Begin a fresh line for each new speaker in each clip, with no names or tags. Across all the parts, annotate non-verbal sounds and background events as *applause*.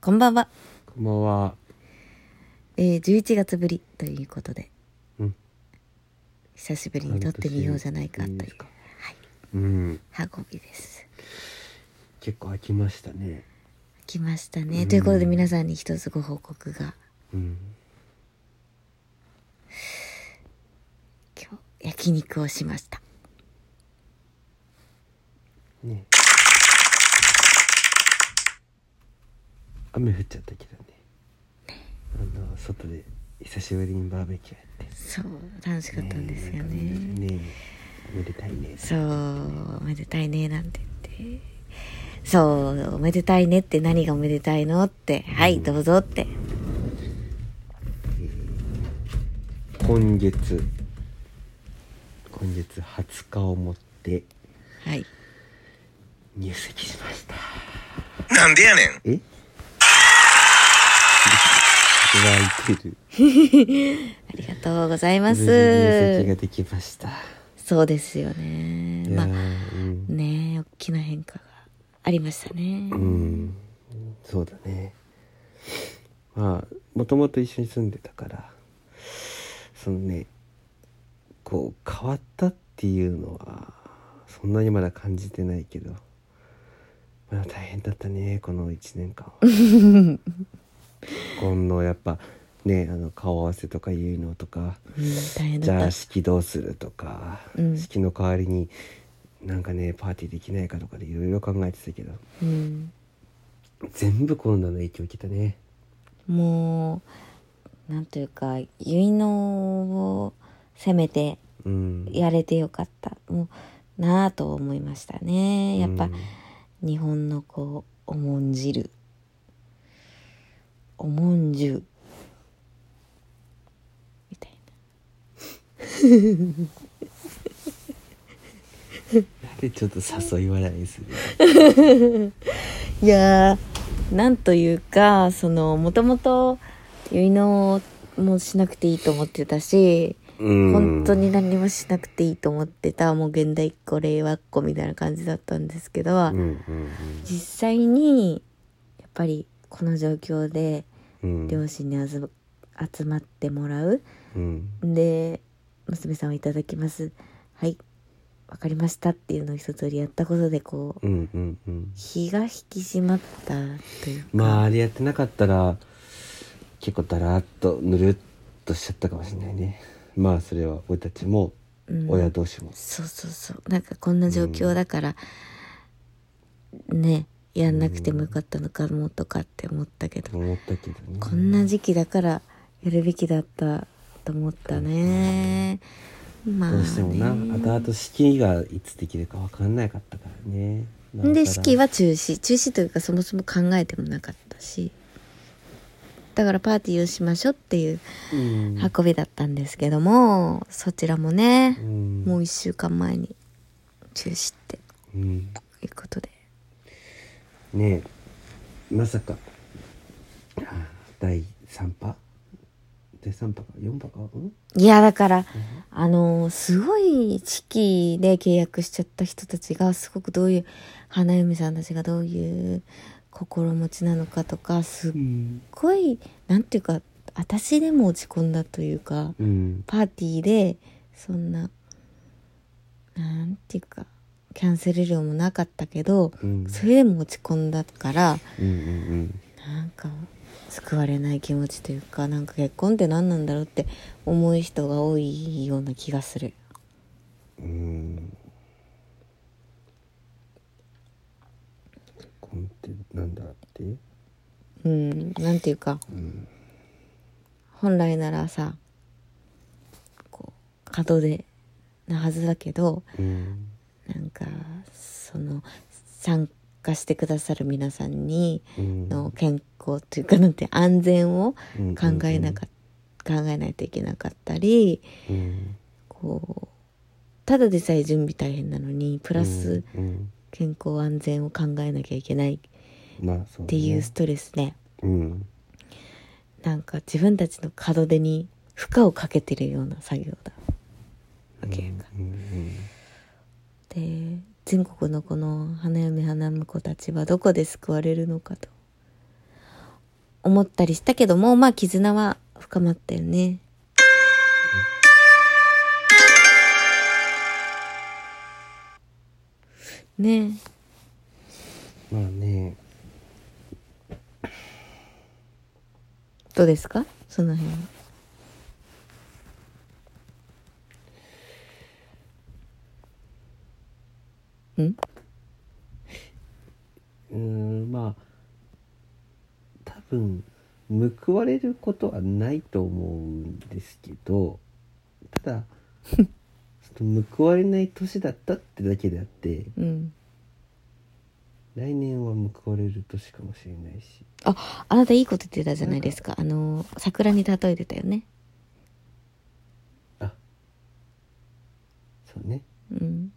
こんばんは。
こんばんは。
えー、11月ぶりということで、
うん
久しぶりに撮ってみようじゃないかとい
半
う
年ぶりですかうん、
運びです。
結構飽きましたね。
来ましたね。ということで皆さんに一つご報告が、
うん、
今日、焼肉をしました。
ね。雨降っちゃったけどね。あの外で久しぶりにバーベキューやって。
そう、楽しかったんですよね。
ねえ、めでたいね。
そう、おめでたいね、なんて言って。そう、おめでたいねって何がおめでたいのって、はい、どうぞって。
今月、今月20日をもって
はい。
入籍しました。
なんでやねん
え？ *laughs* 湧いてる。
ありがとうございま
無事入籍
す
が。できました。
そうですよね。
いや
まあ、
ーうん
ねえ大きな変化がありましたね、
うんそうだねまあもともと一緒に住んでたからそのねこう変わったっていうのはそんなにまだ感じてないけどまあ大変だったねこの1年間は
*laughs*
このやっぱねあの顔合わせとかいうのとか
うん大変
じ
だ
ゃあ
った
式どうするとか、
うん
式の代わりになんかねパーティーできないかとかでいろいろ考えてたけど
うん、
全部コロナの影響受けたね
もうなんというか結納をせめて
うん
やれてよかったもうなあと思いましたねやっぱ、
うん
日本のこう重んじる重んじゅみたい
なんでちょっと誘い笑いする
ないやーなんというかそのもともと結納もしなくていいと思ってたし
うん
*laughs* 本当に何もしなくていいと思ってたもう現代っ子令和っ子みたいな感じだったんですけど、
うんうん
実際にやっぱりこの状況で
うんうん
両親にあず集まってもらう
うん
で娘さんをいただきますはいわかりましたっていうのを一通りやったことでこう
うんうんうん
気が引き締まったというか
まああれやってなかったら結構だらっとぬるっとしちゃったかもしれないねまあそれは俺たちも
うん
親同士も
そうそうそうなんかこんな状況だから、ねやんなくてもよかったのかもとかって思ったけど、
思ったけどね
こんな時期だからやるべきだったと思ったね、まあね
どうしてもなあとあと式がいつできるか分かんなかったからねなおさら
で式は中止中止というかそもそも考えてもなかったしだからパーティーをしましょうっていう
うん
運びだったんですけども、そちらもね
う、ん
もう1週間前に中止って
うん
いうことで
ねえまさかあー第3波第3波か4波かうん
いやだから、あのすごい時期で契約しちゃった人たちがすごくどういう花嫁さんたちがどういう心持ちなのかとかすっ
うん、
ごいなんていうか私でも落ち込んだというか
うん、
パーティーでそんななんていうかキャンセル料もなかったけど
うん
それでも落ち込んだから
うんうん
なんか救われない気持ちというかなんか結婚って何なんだろうって思う人が多いような気がする
うんうんコンってなんだって
うんなんていうか、
ん
本来ならさこう門出なはずだけど
うん
なんかその参加してくださる皆さんに
うん
の健康というかなんて安全を
うん
考えなかっ考えないといけなかったり
うん
こうただでさえ準備大変なのにプラス
うんうん
健康安全を考えなきゃいけないっ
まあそうだね
ていうストレスね
うん
なんか自分たちの門出に負荷をかけてるような作業だわけやから
うん
で全国のこの花嫁花婿たちはどこで救われるのかと思ったりしたけども、まあ絆は深まったよね。ねえ
まあね
どうですかその辺は。ん
うーんまあ多分報われることはないと思うんですけどただその報われない年だったってだけであって
うん。
来年は報われる年かもしれないし
あ、あなたいいこと言ってたじゃないですか。あの、桜に例えてたよね。
あそうね
うん。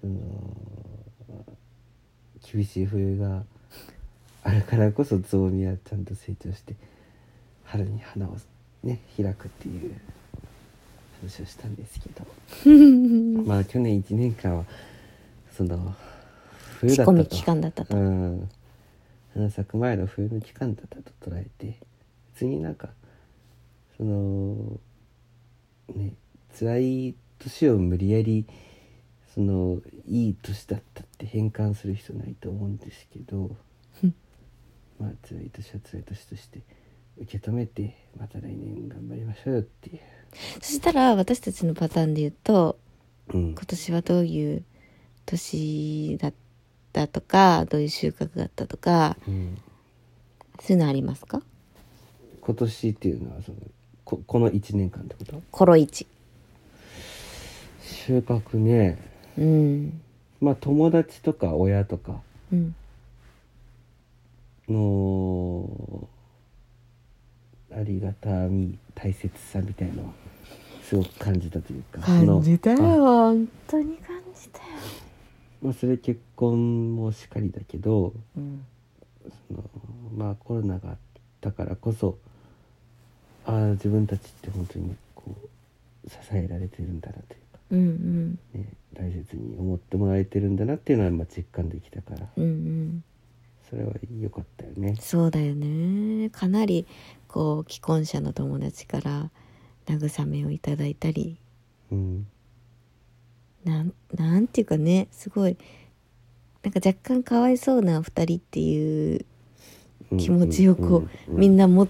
その厳しい冬があるからこそつぼみはちゃんと成長して春に花をね開くっていう話をしたんです
*laughs*
けどまあ去年1年間はその冬
仕
だ
込み
った
期
と
間だったと。
うん花咲く前の冬の期間だったと捉えて別になんかそのね辛い年を無理やりそのいい年だったって変換する人ないと思うんですけど
うん
まあ辛い年は辛い年として受け止めてまた来年頑張りましょうよっていう。
そしたら私たちのパターンで言うと、
うん
今年はどういう年だったとか、どういう収穫だったとか、
うん
そういうのありますか
今年っていうのはそのここの1年間ってこと
コロイチ。
収穫ね
うん。
まあ友達とか親とか
うん。
のありがたみ大切さみたいのはすごく感じたというかそのあ
本当に感じたよ。
まあ、それ結婚もしっかりだけど
うん。
そのまあコロナがあったからこそああ自分たちって本当にこう支えられてるんだなというか、
うんうん。
ね、大切に思ってもらえてるんだなっていうのはまあ実感できたから
うんうん。
それは良かったよね。
そうだよね。かなり、こう、既婚者の友達から慰めをいただいたり、
うん
なん、なんていうかね、すごい、なんか若干かわいそうな二人っていう気持ちをこう、みん
な
な持っ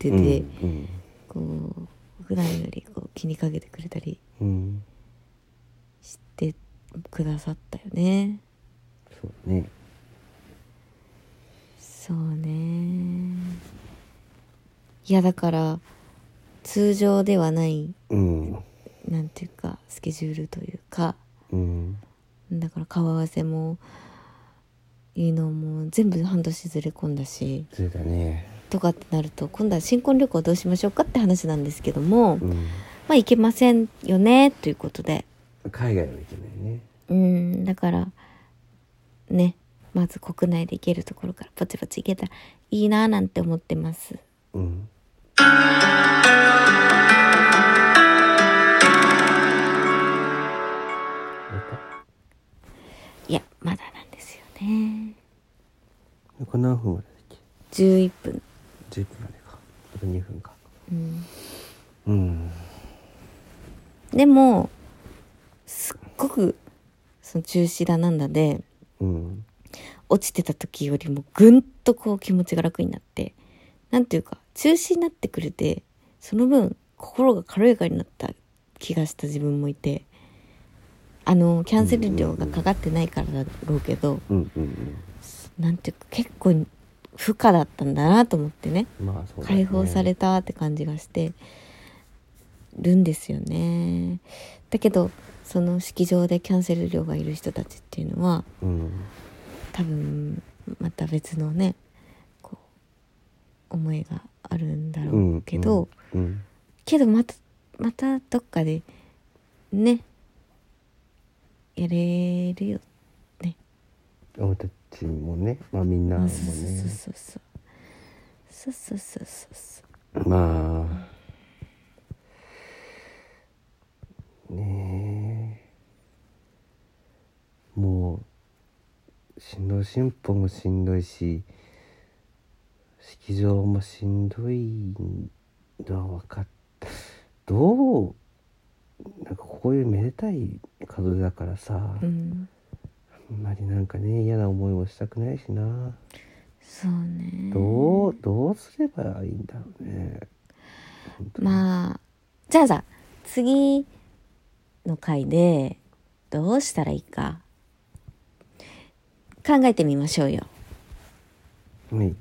てて、
うん
こう普段よりこう気にかけてくれたり
うんうん
してくださったよね
そうね
そうねいやだから通常ではない
うん
なんていうかスケジュールというか
うん
だから顔合わせもいうのも全部半年ずれ込んだし
そうだね
とかってなると今度は新婚旅行どうしましょうかって話なんですけども
うん
まあ行けませんよねということで
海外はいけないね
うんだからねまず国内で行けるところからぼちぼち行けたらいいなーなんて思ってます
うん
いやまだなんですよね
これ何分までだっ
11分
け10分までかあと2分か
うん
うん
でもすっごくその中止だなんだで
うん
落ちてた時よりもぐんとこう気持ちが楽になってなんていうか中止になってくれてその分心が軽やかになった気がした自分もいてあのキャンセル料がかかってないからだろうけど、
うんうん
なんていうか結構負荷だったんだなと思ってね
うんまあそうだね
解放されたって感じがしてるんですよねだけどその式場でキャンセル料がいる人たちっていうのは
うん
多分また別のねこう思いがあるんだろうけど、
うん
けどまたまたどっかでねやれるよね
俺たちもねまあみんなも
そう
ね
そうそうそうそうそうそうそう
まあねえもうしんどい進歩もしんどいし式場もしんどいのは分かったどうなんかこういうめでたい門出だからさ、
うん
あんまりなんかね嫌な思いもしたくないしな
そうね
どうどうすればいいんだろうねあ
まあじゃあさ次の回でどうしたらいいか考えてみましょうよ
はい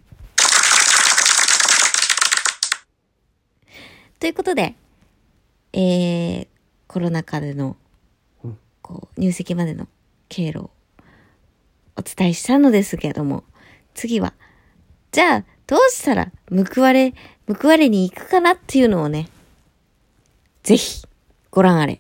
ということで、えー、コロナ禍での
うん
こう入籍までの経路をお伝えしたのですけれども次はじゃあどうしたら報われ報われに行くかなっていうのをねぜひご覧あれ